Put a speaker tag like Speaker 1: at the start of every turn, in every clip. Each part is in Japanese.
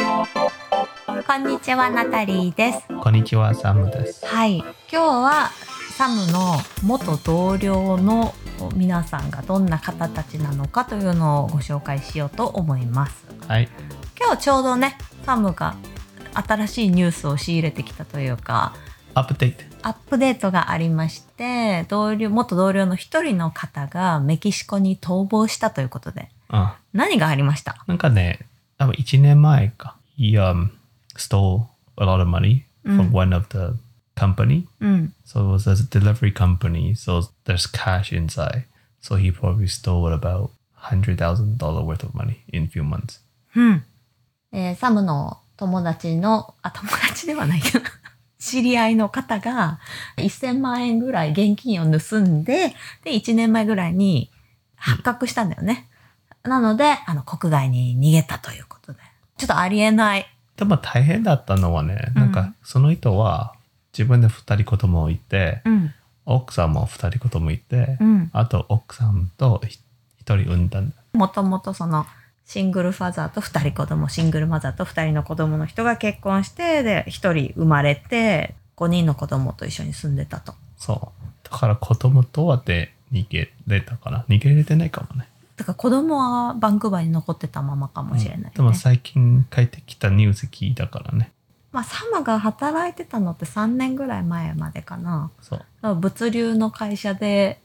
Speaker 1: こんにちは、ナタリーです。
Speaker 2: こんにちは、サムです。
Speaker 1: はい、今日はサムの元同僚の皆さんがどんな方たちなのかというのをご紹介しようと思います。
Speaker 2: はい。
Speaker 1: 今日ちょうどね、サムが新しいニュースを仕入れてきたというか、
Speaker 2: アップデート。
Speaker 1: アップデートがありまして、同僚、元同僚の一人の方がメキシコに逃亡したということで、
Speaker 2: あ
Speaker 1: 何がありました
Speaker 2: なんかね、多分1年前か。He um, stole a lot of money
Speaker 1: うん
Speaker 2: from one of the company.
Speaker 1: うん。
Speaker 2: So it was a delivery company. So there's cash inside. So he probably stole about $100,000 worth of money in few months.
Speaker 1: うん。えーサムの友達の、あ、友達ではない けど、知り合いの方が1000万円ぐらい現金を盗んで、で、1年前ぐらいに発覚したんだよね。なので、あの、国外に逃げたということで。ちょっとありえない。
Speaker 2: でも大変だったのはね、なん
Speaker 1: うん
Speaker 2: かその人は自分で2人子供いて、
Speaker 1: うん。
Speaker 2: 奥さんも2人子供いて
Speaker 1: う、ん。
Speaker 2: あと奥さんと1人産んだんだ。
Speaker 1: もともとその、シングルファザーと2人子供、シングルマザーと2人の子供の人が結婚して、で、1人生まれて、5人の子供と一緒に住んでたと。
Speaker 2: そう。だから子供とはで逃げれたかな。逃げれてないかもね。
Speaker 1: だから子供はバンクーバーに残ってたままかもしれない、ね
Speaker 2: でも最近帰ってきたニュース聞いたからね。
Speaker 1: まあサマが働いてたのって3年ぐらい前までかな
Speaker 2: そう。
Speaker 1: 物流の会社で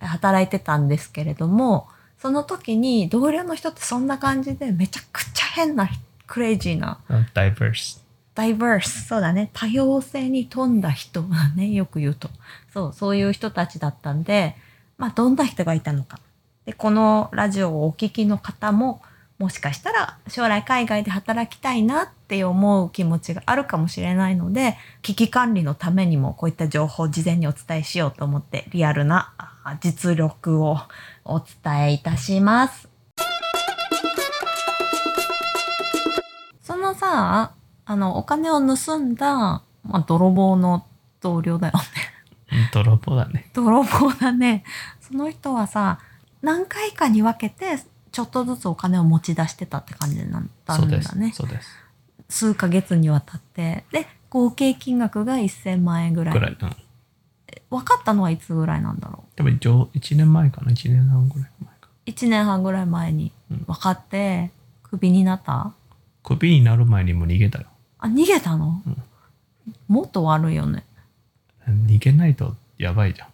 Speaker 1: 働いてたんですけれどもその時に同僚の人ってそんな感じでめちゃくちゃ変なクレイジーな
Speaker 2: ダイバース。
Speaker 1: ダイバースそうだね多様性に富んだ人だね よく言うとそうそういう人たちだったんでまあどんな人がいたのかでこのラジオをお聞きの方ももしかしたら将来海外で働きたいなって思う気持ちがあるかもしれないので危機管理のためにもこういった情報を事前にお伝えしようと思ってリアルなあ実力をお伝えいたします。そのさあのお金を盗んだ、まあ、泥棒の同僚だよね
Speaker 2: 泥棒だね。
Speaker 1: 泥棒だねその人はさ何回かに分けてちょっとずつお金を持ち出してたって感じになった
Speaker 2: そうんです
Speaker 1: だ。ね
Speaker 2: そうです。
Speaker 1: 数ヶ月にわたってで合計金額が1,000万円ぐらい
Speaker 2: ぐらい。うん。
Speaker 1: 分かったのはいつぐらいなんだろ
Speaker 2: でも一応1年前かな。1年半ぐらい前か。
Speaker 1: う1年半ぐらい前に
Speaker 2: うん
Speaker 1: 分かってクビになった
Speaker 2: クビになる前にも逃げたよ。
Speaker 1: あ逃げたの、
Speaker 2: うん
Speaker 1: もっと悪いよね
Speaker 2: 逃げないとやばいじゃん。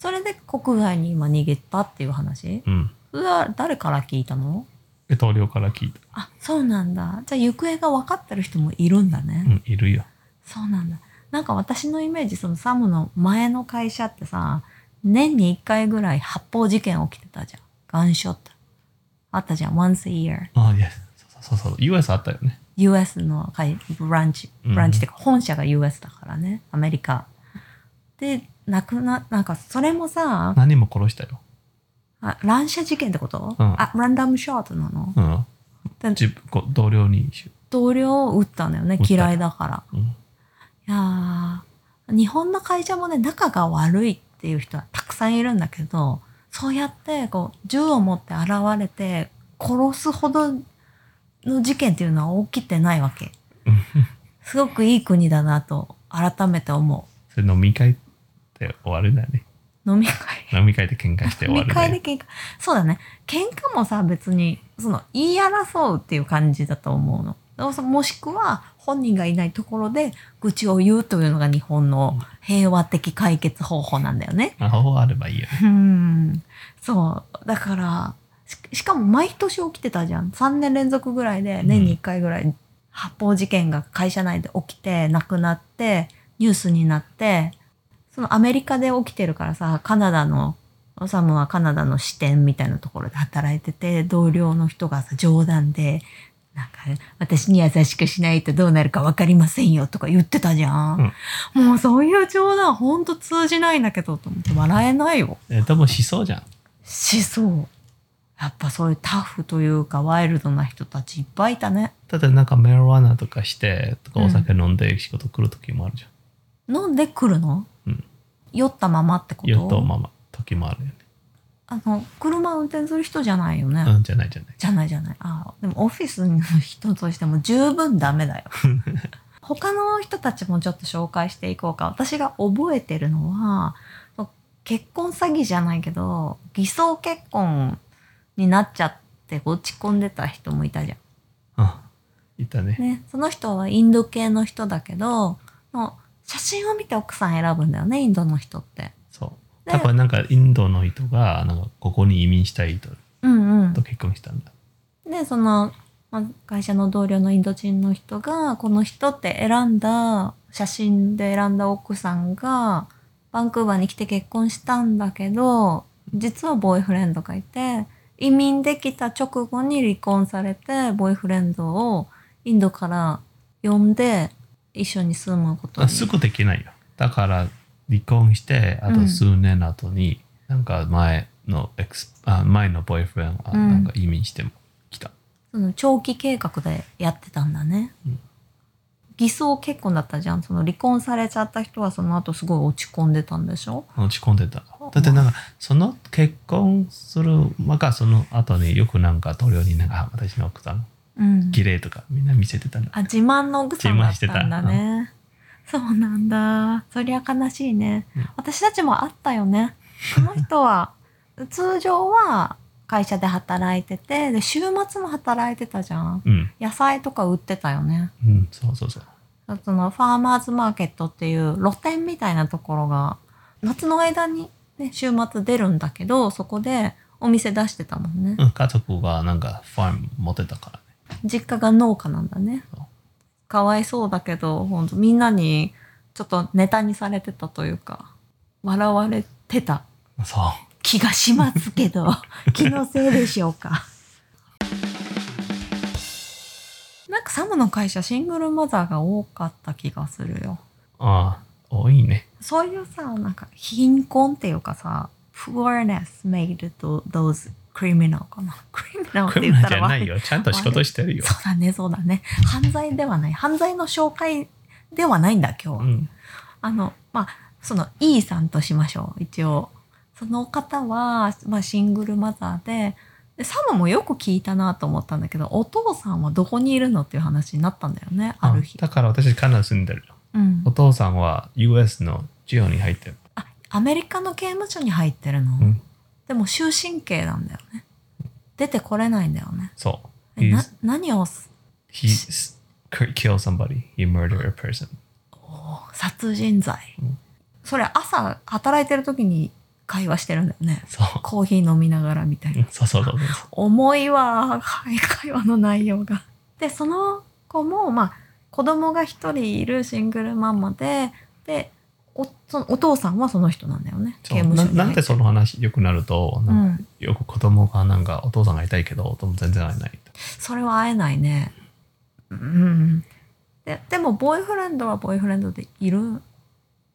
Speaker 1: それで国外に今逃げたっていう話
Speaker 2: うん。
Speaker 1: それは誰から聞いたの
Speaker 2: で同僚から聞いた。
Speaker 1: あそうなんだじゃあ行方が分かってる人もいるんだね、
Speaker 2: うん、いるよ。
Speaker 1: そうなんだなんか私のイメージそのサムの前の会社ってさ年に1回ぐらい発砲事件起きてたじゃんガンショットあったじゃん once a year
Speaker 2: ああ、いや、そうそうそうそう。US あったよね。
Speaker 1: US の会ブランチ
Speaker 2: うん
Speaker 1: ブランチっていうか本社が US だからねアメリカでなくななんかそれもさ
Speaker 2: 何も殺したよ。
Speaker 1: あ乱射事件ってこと、
Speaker 2: うん
Speaker 1: あランダムショットなの
Speaker 2: うん。
Speaker 1: で
Speaker 2: 自分こ同僚に一緒。
Speaker 1: 同僚を撃ったんだよね
Speaker 2: 撃った
Speaker 1: 嫌いだから
Speaker 2: うん。
Speaker 1: いやー日本の会社もね仲が悪いっていう人はたくさんいるんだけどそうやってこう銃を持って現れて殺すほどの事件っていうのは起きてないわけ
Speaker 2: うん
Speaker 1: すごくいい国だなと改めて思
Speaker 2: それ飲み会って終わるんだよね。
Speaker 1: う飲み会
Speaker 2: 飲み会で喧嘩して
Speaker 1: 飲
Speaker 2: 終わ
Speaker 1: み
Speaker 2: る
Speaker 1: 会で
Speaker 2: ね。
Speaker 1: 喧嘩そうだね喧嘩もさ別にその言い争うっていう感じだと思うのだからもしくは本人がいないところで愚痴を言うというのが日本の平和的解決方法なんだよね
Speaker 2: 魔法あればいいよね。
Speaker 1: うんそうだからししかも毎年起きてたじゃん3年連続ぐらいで年に1回ぐらい発砲事件が会社内で起きて亡くなってニュースになってそのアメリカで起きてるからさカナダのサムはカナダの支店みたいなところで働いてて同僚の人がさ冗談でなんか私に優しくしないとどうなるか分かりませんよとか言ってたじゃん、もうそういう冗談ほんと通じないんだけどと思って笑えないよ
Speaker 2: えでもしそうじゃん。
Speaker 1: しそうやっぱそういうタフというかワイルドな人たちいっぱいいたね
Speaker 2: ただなんかメロワナとかして、とか
Speaker 1: うん
Speaker 2: お酒飲んで仕事来る時もあるじゃん。
Speaker 1: 飲んでくるの、
Speaker 2: うん
Speaker 1: 酔ったままってこと
Speaker 2: 酔ったまま時もあるよね。
Speaker 1: あの車運転する人じゃないよね、
Speaker 2: うん、じゃないじゃない。
Speaker 1: じゃないじゃないあでもオフィスの人としても十分ダメ だよ他の人たちもちょっと紹介していこうか私が覚えてるのは結婚詐欺じゃないけど偽装結婚になっちゃって落ち込んでた人もいたじゃん
Speaker 2: あ、いたね。
Speaker 1: ね、その人はインド系の人だけど、の写真を見て奥さん選ぶんだよね、インドの人って。
Speaker 2: そう。
Speaker 1: で
Speaker 2: だからなんかインドの人がなんかここに移民したい人
Speaker 1: うんうん
Speaker 2: と。結婚したんだ。
Speaker 1: で、その、まあ、会社の同僚のインド人の人が、この人って選んだ、写真で選んだ奥さんが、バンクーバーに来て結婚したんだけど、実はボーイフレンドがいて、移民できた直後に離婚されて、ボーイフレンドをインドから呼んで、一緒に住むこと
Speaker 2: あ
Speaker 1: に
Speaker 2: すぐできないよ。だから離婚してあ
Speaker 1: う
Speaker 2: と
Speaker 1: ん
Speaker 2: 数年後に、なんか前のエクスあ前のボーイフレンドが
Speaker 1: うん
Speaker 2: なんか移民しても来た。
Speaker 1: その長期計画でやってたんだね、
Speaker 2: うん
Speaker 1: 偽装結婚だったじゃんその離婚されちゃった人はその後すごい落ち込んでたんでしょ
Speaker 2: 落ち込んでた。だってなんかその結婚するまかその後によくなんか同僚になんかあ私の奥さん
Speaker 1: うん
Speaker 2: 綺麗とかみんな見せてたんだ。
Speaker 1: あ自慢の奥さんだったんだ
Speaker 2: 自慢
Speaker 1: ねそうなんだそりゃ悲しいね、
Speaker 2: うん
Speaker 1: 私たちもあったよねこの人は 通常は会社で働いててで週末も働いてたじゃん
Speaker 2: うん、
Speaker 1: 野菜とか売ってたよね
Speaker 2: うん、そうそうそう。
Speaker 1: そのファーマーズマーケットっていう露店みたいなところが夏の間に、ね、週末出るんだけどそこでお店出してたもんね、
Speaker 2: うん家族がなんかファーム持ってたからね。
Speaker 1: 実家が農家なんだね
Speaker 2: そう
Speaker 1: かわいそうだけどほんとみんなにちょっとネタにされてたというか笑われてた
Speaker 2: そう。
Speaker 1: 気がしますけど気のせいでしょうかなんかサムの会社シングルマザーが多かった気がするよ
Speaker 2: ああ、多いね。
Speaker 1: そういうさ、なんか貧困っていうかさ、poorness made tho- those criminal かな。criminal って
Speaker 2: ク
Speaker 1: 言
Speaker 2: リ
Speaker 1: った
Speaker 2: じ
Speaker 1: ら
Speaker 2: ゃない
Speaker 1: 悪い。
Speaker 2: よ。ちゃんと仕事してるよ
Speaker 1: そ。うだね、そうだね。犯罪ではない。犯罪の紹介ではないんだ、今日は。
Speaker 2: うん。
Speaker 1: あの、まあ、その E さんとしましょう、一応。その方は、まあ、シングルマザーで、でサムもよく聞いたなと思ったんだけど、お父さんはどこにいるのっていう話になったんだよね、ある日。
Speaker 2: だから私、カナダ住んでるよ。
Speaker 1: うん
Speaker 2: お。父さんは US のジオに入ってる。
Speaker 1: あアメリカの刑務所に入ってるの、
Speaker 2: うん
Speaker 1: でも終身刑なんだよね出てこれないんだよね
Speaker 2: そう。
Speaker 1: えな
Speaker 2: He's,
Speaker 1: 何をす
Speaker 2: he s- k- killed somebody. He murdered a person.
Speaker 1: 殺人罪、
Speaker 2: うん
Speaker 1: それ朝働いてる時に会話してるんだよね
Speaker 2: そう。
Speaker 1: コーヒー飲みながらみたいな、
Speaker 2: そうそうそうそう。
Speaker 1: 重いわはい会話の内容が。でその子もまあ子供が一人いるシングルママででおそのお父さんはその人なんだよね
Speaker 2: そ
Speaker 1: 刑
Speaker 2: う
Speaker 1: 務所
Speaker 2: な
Speaker 1: に入って
Speaker 2: なんでその話よくなると、
Speaker 1: う
Speaker 2: なんか
Speaker 1: ん、
Speaker 2: よく子供がなんかお父さんがいたいけど、お父さん全然会えない。
Speaker 1: それは会えないね。うん。ででも、ボーイフレンドはボーイフレンドでいる。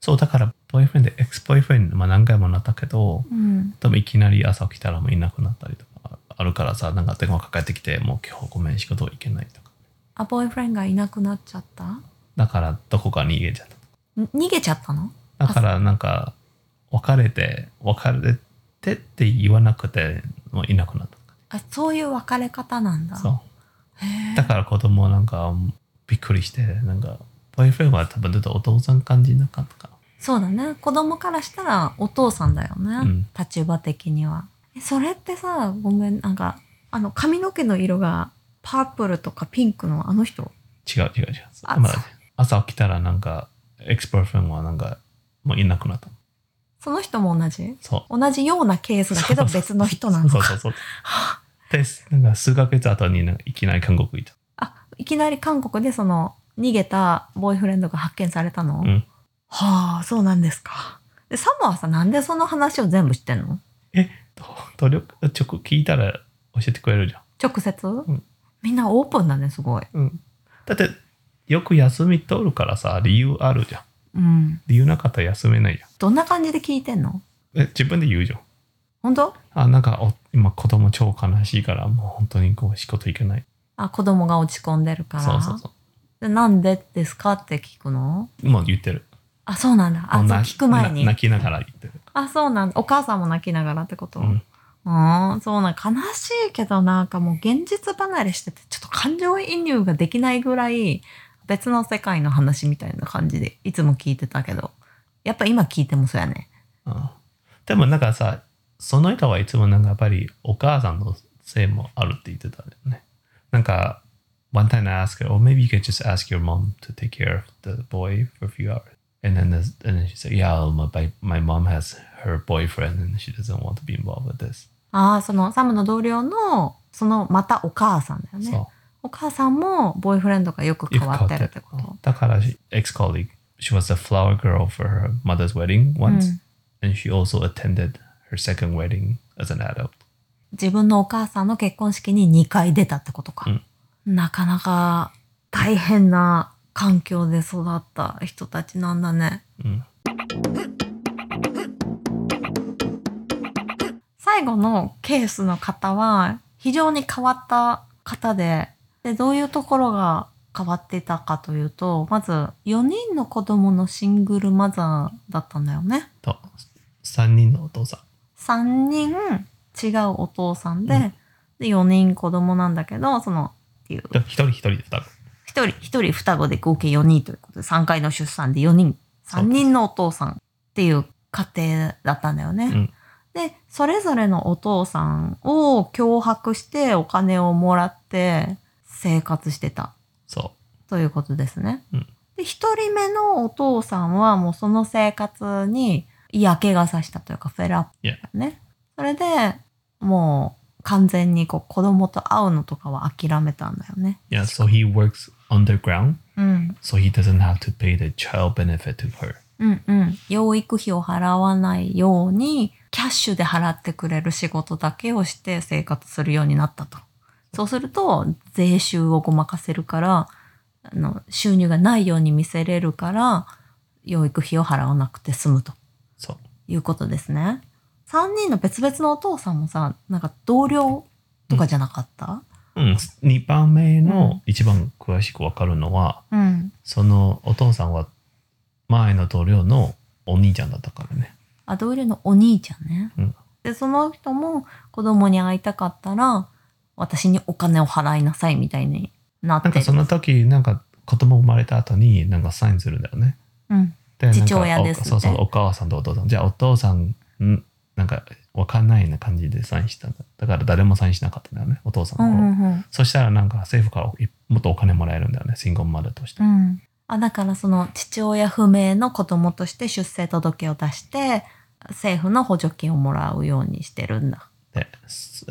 Speaker 2: そう、だから、ボーイフレンド、エクスボーイフレンド、まあ何回もなったけど、
Speaker 1: うん。
Speaker 2: でもいきなり朝起きたらもういなくなったりとかあるからさ、なんか電話かかってきて、もう今日ごめん仕事行けないとか。
Speaker 1: あ、ボーイフレンドがいなくなっちゃったん
Speaker 2: だからどこかに逃げちゃっ
Speaker 1: 逃げちゃったの
Speaker 2: た。だからなんか、別れて、別れてって言わなくて、もういなくなっ
Speaker 1: あ、そういう別れ方なんだ。
Speaker 2: た。そ
Speaker 1: へ
Speaker 2: う。
Speaker 1: え
Speaker 2: だから子供はなんかびっくりして、なんか、ボーイフレンドは多分ずっとお父さん感じなかったか
Speaker 1: そうだね。子供からしたらお父さんだよね。
Speaker 2: うん
Speaker 1: 立場的には。えそれってさ、ごめん、なんか、あの、髪の毛の色がパープルとかピンクのあの人。
Speaker 2: な。違う違う違う。
Speaker 1: あ
Speaker 2: でも朝起きたらなんか、エクスボーイフレンドはなんか、もういなくなった。
Speaker 1: その人も同じ
Speaker 2: そう。
Speaker 1: 同じようなケースだけど別の人なの
Speaker 2: そう
Speaker 1: か
Speaker 2: そう。そう。で、なんか数ヶ月後になんかいきなり韓国行った。
Speaker 1: あ、いきなり韓国でその逃げたボーイフレンドが発見されたの、
Speaker 2: うん
Speaker 1: はあ、そうなんですか。で、サムはさ、なんでその話を全部知ってんの
Speaker 2: 努力、ちょく聞いたら教えてくれるじゃん。
Speaker 1: 直接、
Speaker 2: ん
Speaker 1: みんなオープンだね、すごい。
Speaker 2: だって、よく休み取るからさ、理由あるじゃん。
Speaker 1: うん。
Speaker 2: 理由なかったら休めないじゃ
Speaker 1: どんな感じで聞いてんの
Speaker 2: ん。え、自分で言うじゃん。
Speaker 1: 本当
Speaker 2: あ、なんか、お今子供超悲しいから、もう本当にこう仕事行けない。
Speaker 1: あ、子供が落ち込んでるから。
Speaker 2: そうそうそ
Speaker 1: でなんでですかって聞くの
Speaker 2: う。もう言ってる。
Speaker 1: あ、そうなんだ。あ、
Speaker 2: も
Speaker 1: そうう
Speaker 2: な
Speaker 1: 聞く前に
Speaker 2: な。泣きながら言ってる。
Speaker 1: あ、そうなんだ。お母さんも泣きながらってこと、
Speaker 2: うん
Speaker 1: うん、そうなん悲しいけどなんかもう現実離れしててちょっと感情移入ができないぐらい別の世界の話みたいな感じでいつも聞いてたけどやっぱ今聞いてもそうやね
Speaker 2: うんでもなんかさ、その人はいつもなんかやっぱりお母さんのせいもあるって言ってたんだよね。なんか、one time I asked her, or maybe you could just ask your mom to take care of the boy for a few hours. And then, there's- and then she said, yeah, my, my mom has her boyfriend and she doesn't want to be involved with this.
Speaker 1: ああそのサムの同僚のそのまたお母さんだよ ね
Speaker 2: そう。
Speaker 1: お母さんもボーイフレンドがよく変わってるってこ
Speaker 2: よく変わって
Speaker 1: と
Speaker 2: る。だから、she- ex-colleague, she was a flower girl for her mother's wedding once,
Speaker 1: Mm.
Speaker 2: and she also attended her second wedding as an adult.
Speaker 1: 自分のお母さんの結婚式に2回出たってことか、なかなか大変な環境で育った人たちなんだね
Speaker 2: うん。
Speaker 1: 最後のケースの方は非常に変わった方ででどういうところが変わってたかというとまず4人の子供のシングルマザーだったんだよね
Speaker 2: と、三人のお父さん。
Speaker 1: 3人違うお父さんで,、
Speaker 2: うん
Speaker 1: で4人子供なんだけどそのっていう
Speaker 2: で一人一人で多分。
Speaker 1: 一人、一人双子で合計4人ということで、3回の出産で4人、3人のお父さんっていう家庭だったんだよね。
Speaker 2: うん
Speaker 1: で、それぞれのお父さんを脅迫してお金をもらって生活してた
Speaker 2: そ
Speaker 1: ということですね。
Speaker 2: うん
Speaker 1: で、一人目のお父さんはもうその生活に嫌気がさしたというか、フェラップだね。それで、もう完全にこう子供と会うのとかは諦めたんだよね。
Speaker 2: う。Yeah, so he works underground,
Speaker 1: うん。
Speaker 2: so he doesn't have to pay the child benefit to her.
Speaker 1: うんうん、養育費を払わないようにキャッシュで払ってくれる仕事だけをして生活するようになったとそうすると税収をごまかせるからあの収入がないように見せれるから養育費を払わなくて済むと
Speaker 2: そう。
Speaker 1: いうことですね3人の別々のお父さんもさなんか同僚とかじゃなかった、
Speaker 2: うん。二番目の一番詳しくわかるのは、
Speaker 1: うん、
Speaker 2: そのお父さんは前の同僚のお兄ちゃんだったからね。
Speaker 1: あ同僚のお兄ちゃんね、
Speaker 2: うん
Speaker 1: でその人も子供に会いたかったら私にお金を払いなさいみたいになって
Speaker 2: なんかその時、なんか子供生まれた後になんかサインするんだよね。
Speaker 1: うん
Speaker 2: でなんか
Speaker 1: 父親です
Speaker 2: お
Speaker 1: ね
Speaker 2: そうそう、お母さんとお父さん。じゃあお父さん、んなんかわかんないような感じでサインしたんだ。だから誰もサインしなかったんだよね、お父さん
Speaker 1: う
Speaker 2: の方
Speaker 1: んうんうん
Speaker 2: そしたらなんか政府からいもっとお金もらえるんだよね、シングルマザーとして
Speaker 1: う。んあだからその父親不明の子供として出生届を出して政府の補助金をもらうようにしてるんだ
Speaker 2: で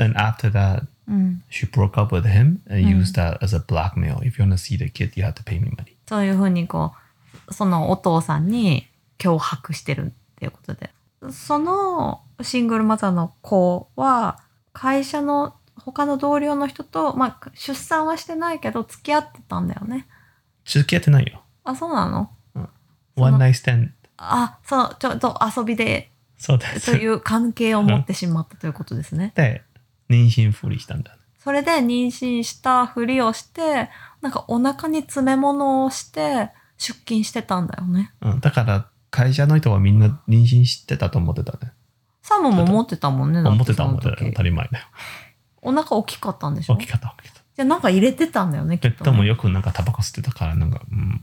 Speaker 2: and after that,
Speaker 1: うん、
Speaker 2: she broke up with him and
Speaker 1: うん
Speaker 2: used that as a blackmail. If you want to see the kid, you have to pay me money.
Speaker 1: そういうふうにこうそのお父さんに脅迫してるっていうことでそのシングルマザーの子は会社の他の同僚の人と、まあ、出産はしてないけど付き合ってたんだよね
Speaker 2: 付き合ってないよ。
Speaker 1: あそうなのその
Speaker 2: One night stand.
Speaker 1: あそうちょっと遊びで
Speaker 2: そうで
Speaker 1: そ
Speaker 2: す
Speaker 1: う。いう関係を持ってしまったということですね
Speaker 2: で、妊娠不利したんだよね。
Speaker 1: それで妊娠したふりをしてなんかお腹に詰め物をして出勤してたんだよね
Speaker 2: うん、だから会社の人はみんな妊娠してたと思ってたね。
Speaker 1: サムも持ってたもんねだ
Speaker 2: 思ってて
Speaker 1: そ
Speaker 2: た思
Speaker 1: の
Speaker 2: ってた。
Speaker 1: 時
Speaker 2: 当たり前だよ。
Speaker 1: お腹大きかったんでしょ
Speaker 2: 大きかった大きかっ
Speaker 1: じゃあなんか入れてたんだよね、き
Speaker 2: た。
Speaker 1: っ
Speaker 2: で
Speaker 1: と、
Speaker 2: でも
Speaker 1: ね。
Speaker 2: よくなんかタバコ吸ってたからなんか、うん、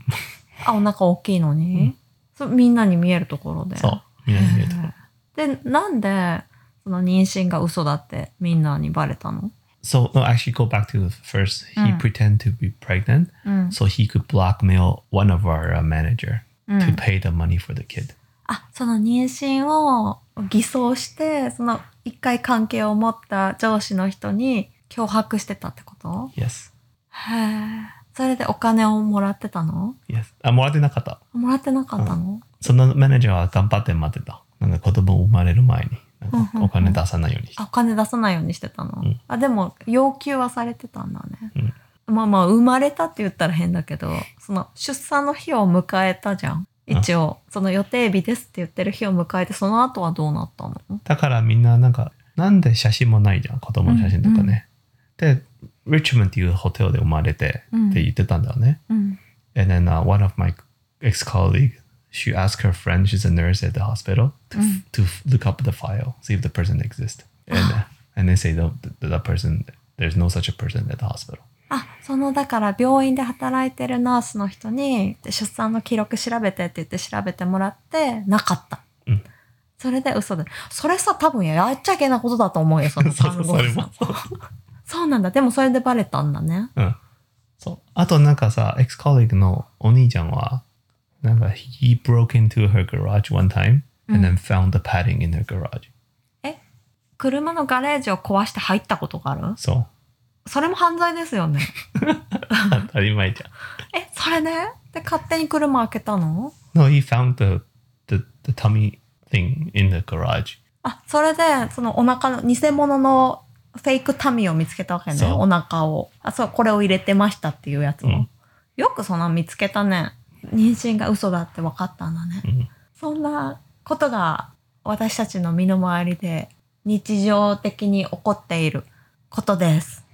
Speaker 1: あ、お腹大きいの
Speaker 2: う
Speaker 1: に
Speaker 2: ん、
Speaker 1: そうみんなに見えるところで。
Speaker 2: そう、みんなに見えた。
Speaker 1: へーで、なんで、その妊娠が嘘だってみんなにバレたの
Speaker 2: So, no, actually go back to the first. He
Speaker 1: Mm.
Speaker 2: pretend to be pregnant
Speaker 1: うん。
Speaker 2: so he could blackmail one of our uh, manager
Speaker 1: う
Speaker 2: to
Speaker 1: ん
Speaker 2: pay the money for the kid.
Speaker 1: あ、その妊娠を偽装して、その一回関係を持った上司の人に脅迫してたってこと
Speaker 2: Yes,
Speaker 1: へえ。それでお金をもらってたの
Speaker 2: yes. あ、もらってなかった。
Speaker 1: もらってなかったの、
Speaker 2: そのマネージャーは頑張って待ってた。なんか子供生まれる前に、なん
Speaker 1: うん
Speaker 2: か
Speaker 1: うん
Speaker 2: お金出さないようにして。
Speaker 1: あお金出さないようにしてたの、
Speaker 2: うん
Speaker 1: あでも要求はされてたんだね、まあまあ生まれたって言ったら変だけどその出産の日を迎えたじゃん一応その予定日ですって言ってる日を迎えてその後はどうなったの
Speaker 2: だからみんななんか、なんで写真もないじゃん、子供の写真とかね。で、リッチモンっていうホテルで生まれて
Speaker 1: うん
Speaker 2: って言ってたんだよね。
Speaker 1: うん、
Speaker 2: And then、uh, one of my ex-colleague, she asked her friend, she's a nurse at the hospital, to,
Speaker 1: うん
Speaker 2: to look up the file, see if the person exists. And uh, and they say that that, that person there's no such a person at the hospital.
Speaker 1: あ、そのだから病院で働いてるナースの人にで出産の記録調べてって言って調べてもらってなかった。
Speaker 2: うん
Speaker 1: それで嘘で。それさ、多分やっちゃいけないことだと思うよ、その
Speaker 2: そう
Speaker 1: 看
Speaker 2: そ
Speaker 1: 護
Speaker 2: う
Speaker 1: 師
Speaker 2: そ
Speaker 1: さ
Speaker 2: れ
Speaker 1: ん
Speaker 2: も。
Speaker 1: そうなんだ。でもそれでバレたんだね。
Speaker 2: うん。そう。Uh, あとなんかさ、エクスコリーグのお兄ちゃんは、なんか、he broke into her garage one time
Speaker 1: うん
Speaker 2: and then found the padding in her garage.
Speaker 1: 車のガレージを壊して入ったことがある
Speaker 2: そう。
Speaker 1: それも犯罪ですよね。
Speaker 2: 当たり前じゃん。
Speaker 1: え、それねで、勝手に車開けたの
Speaker 2: No, he found the, the, the tummy thing in the garage.
Speaker 1: あ、それで、そのお腹の、偽物のフェイクタミを見つけたわけね。
Speaker 2: そう
Speaker 1: お腹を。あ、そう、これを入れてましたっていうやつを。
Speaker 2: うん
Speaker 1: よくそんな見つけたね。妊娠が嘘だって分かったんだね。
Speaker 2: うん
Speaker 1: そんなことが私たちの身の回りで日常的に起こっていることです。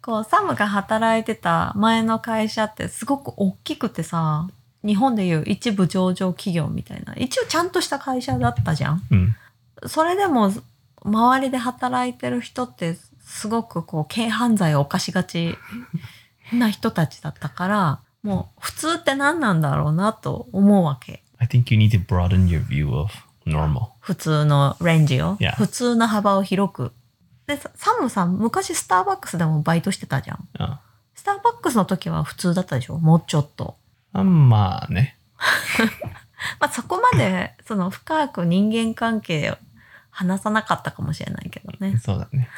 Speaker 1: こうサムが働いてた前の会社ってすごく大きくてさ日本でいう一部上場企業みたいな一応ちゃんとした会社だったじゃん。
Speaker 2: うん。
Speaker 1: それでも周りで働いてる人ってすごくこう軽犯罪を犯しがちな人たちだったからもう普通って何なんだろうなと思うわけ
Speaker 2: I think you need to broaden your view of normal.
Speaker 1: 普通のレンジを
Speaker 2: Yeah.
Speaker 1: 普通の幅を広くでササムさん昔スターバックスでもバイトしてたじゃん
Speaker 2: あ
Speaker 1: スターバックスの時は普通だったでしょもうちょっと
Speaker 2: あまあね。
Speaker 1: まあそこまでその深く人間関係を話さなかったかもしれないけどね
Speaker 2: そうだね。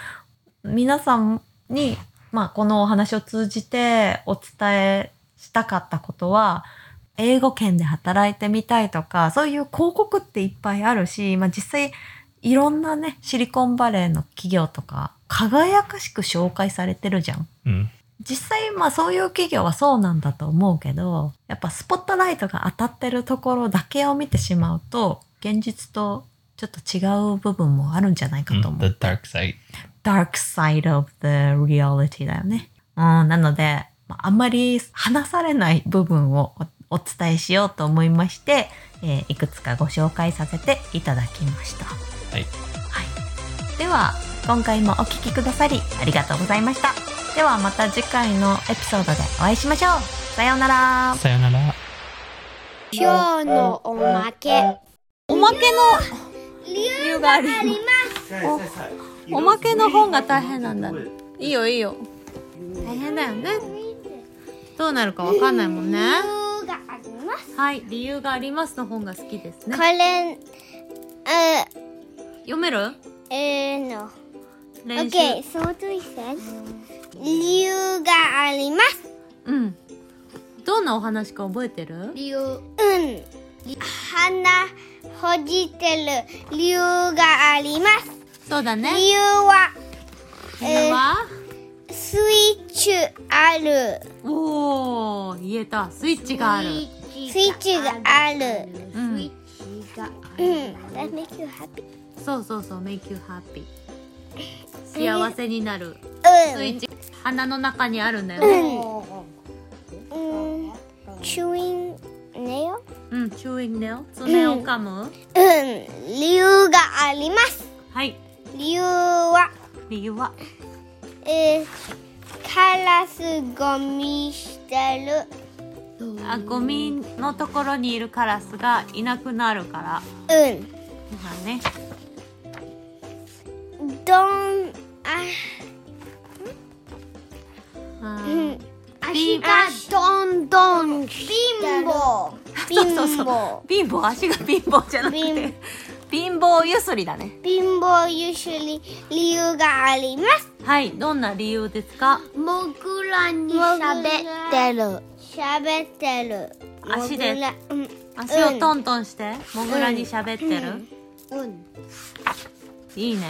Speaker 1: 皆さんに、まあ、このお話を通じてお伝えしたかったことは英語圏で働いてみたいとかそういう広告っていっぱいあるし、まあ、実際いろんなねシリコンバレーの企業とか輝かしく紹介されてるじゃん。
Speaker 2: うん。
Speaker 1: 実際まあそういう企業はそうなんだと思うけどやっぱスポットライトが当たってるところだけを見てしまうと現実とちょっと違う部分もあるんじゃないかと思う。
Speaker 2: mm, The dark side.。
Speaker 1: dark side of the reality だよね。うん、なので、まああんまり話されない部分をおお伝えしようと思いまして、えーいくつかご紹介させていただきました。はいはい、では、今回もお聞きくださりありがとうございました。ではまた次回のエピソードでお会いしましょう。さようなら。
Speaker 2: さよなら。
Speaker 3: 今日のおまけ
Speaker 1: おまけの
Speaker 3: 理
Speaker 1: 由がある。おおまけの本が大変なんだ。いいよいいよ。大変だよね。どうなるかわかんないもんね。
Speaker 3: 由があります
Speaker 1: はい、理由がありますの本が好きですね
Speaker 3: こ。れえ
Speaker 1: 読める
Speaker 3: ー、えー、の
Speaker 1: 練習。
Speaker 3: OK その通り理由があります
Speaker 1: うん。どんなお話か覚えてる
Speaker 3: 理由うん鼻ほじってる理由があります
Speaker 1: そうだね。
Speaker 3: 理由は
Speaker 1: 理由は、
Speaker 3: スイッチある
Speaker 1: おお言えた。スイッチがある。
Speaker 3: スイッチがある
Speaker 1: うん。
Speaker 3: うん That make you happy?
Speaker 1: そうそうそう、make you happy。幸せになる。スイッチ。鼻の中にあるんだよね。
Speaker 3: うんうん Chewing nail?
Speaker 1: うん、チューイングだよ。爪を噛む。
Speaker 3: うん、理由があります。
Speaker 1: はい。
Speaker 3: 理由は、
Speaker 1: 理由は
Speaker 3: えーカラスゴミしてる。
Speaker 1: あ、ゴミのところにいるカラスがいなくなるから。
Speaker 3: う
Speaker 1: まあね。
Speaker 3: ん、どん、あ、
Speaker 1: うん
Speaker 3: うん、
Speaker 1: 足が
Speaker 3: どんどん貧乏。貧
Speaker 1: そうそう
Speaker 3: 乏。
Speaker 1: 貧乏足が貧乏じゃなくて
Speaker 3: 貧
Speaker 1: 貧乏ゆすりだね
Speaker 3: 貧乏ゆすり理由があります。
Speaker 1: はいどんな理由ですか
Speaker 3: モグラに喋ってる。喋ってる。
Speaker 1: 足で
Speaker 3: モグラうん、
Speaker 1: 足をト
Speaker 3: ン。
Speaker 1: ントンしてモグラに喋ってる、
Speaker 3: うん。
Speaker 1: いいね